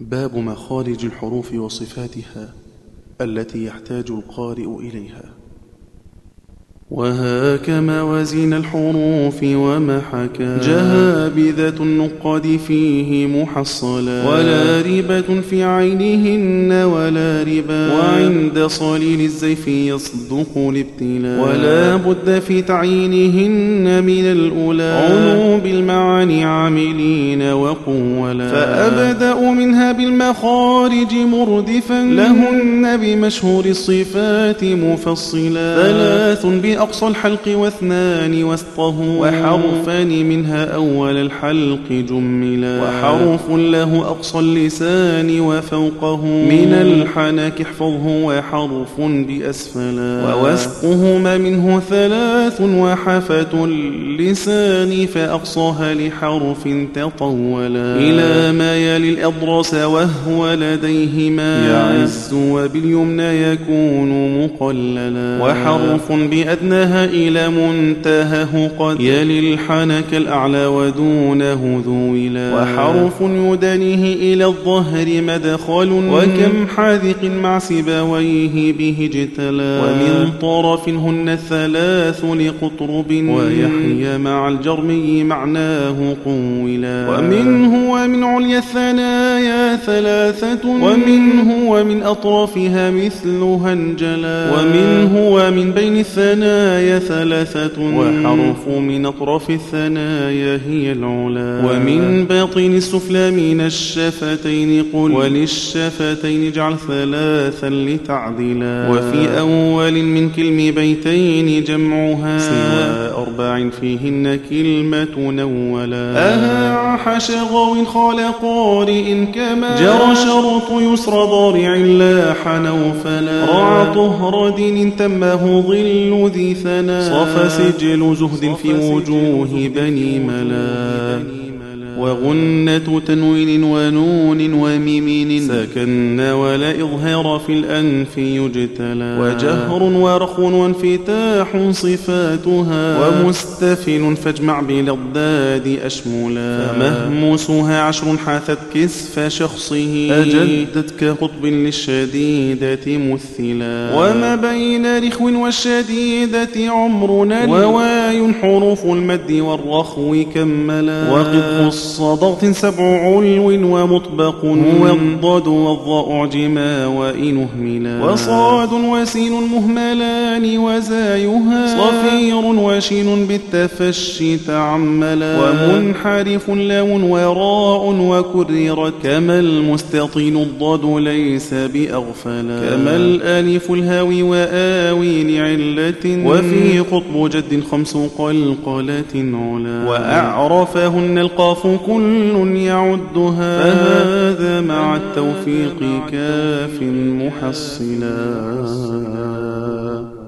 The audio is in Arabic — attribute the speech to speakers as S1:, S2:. S1: باب مخارج الحروف وصفاتها التي يحتاج القارئ إليها وهاكم وزن الحروف ومحكا جهابذة النقد فيه محصلا ولا ربة في عينهن ولا ربا وعند صليل الزيف يصدق الابتلاء ولا بد في تعيينهن من الأولى عنوا بالمعاني عاملين وقولا فأبدأ منها بالمخارج مردفا لهن بمشهور الصفات مفصلا ثلاث بأ أقصى الحلق واثنان وسطه وحرفان منها أول الحلق جملا وحرف له أقصى اللسان وفوقه من الحنك احفظه وحرف بأسفلا ووسطهما منه ثلاث وحفة اللسان فأقصاها لحرف تطولا إلى ما يلي الأضرس وهو لديهما يعز وباليمنى يكون مقللا وحرف بأدنى أدناها إلى منتهاه قد يلي الحنك الأعلى ودونه ذولا وحرف يدنيه إلى الظهر مدخل وكم حاذق مع سباويه به اجتلا ومن طرف هن الثلاث لقطرب ويحيى مع الجرمي معناه قولا ومنه ومن عليا الثنايا ثلاثة ومنه ومن أطرافها مثلها انجلا ومنه ومن بين الثنايا الثنايا ثلاثة وحرف من أطراف الثنايا هي العلا ومن باطن السفلى من الشفتين قل وللشفتين اجعل ثلاثا لتعدلا وفي أول من كلم بيتين جمعها سوى أربع فيهن كلمة نولا أها حش غو خال قارئ كما جرى شرط يسر ضارع لاح نوفلا رعى طهر دين تمه ظل ذي ذي ثنا صفى سجل زهد في وجوه بني ملا وغنة تنوين ونون وميم سكن ولا إظهار في الأنف يجتلى وجهر ورخ وانفتاح صفاتها ومستفن فاجمع بالأضداد أشملا فمهموسها عشر حاثت كسف شخصه أجدت كقطب للشديدة مثلا وما بين رخو والشديدة عمرنا وواي حروف المد والرخو كملا وقد خص ضغط سبع علو ومطبق والضد والضاء عجما وإن اهملا وصاد وسين مهملان وزايها صفير وشين بالتفشي تعملا ومنحرف لام وراء وكررت كما المستطيل الضاد ليس بأغفلا كما الألف الهاوي وآوي لعلة وفي قطب جد خمس قلقلة علا وأعرفهن القاف كل يعدها فهذا مع التوفيق كاف محصلا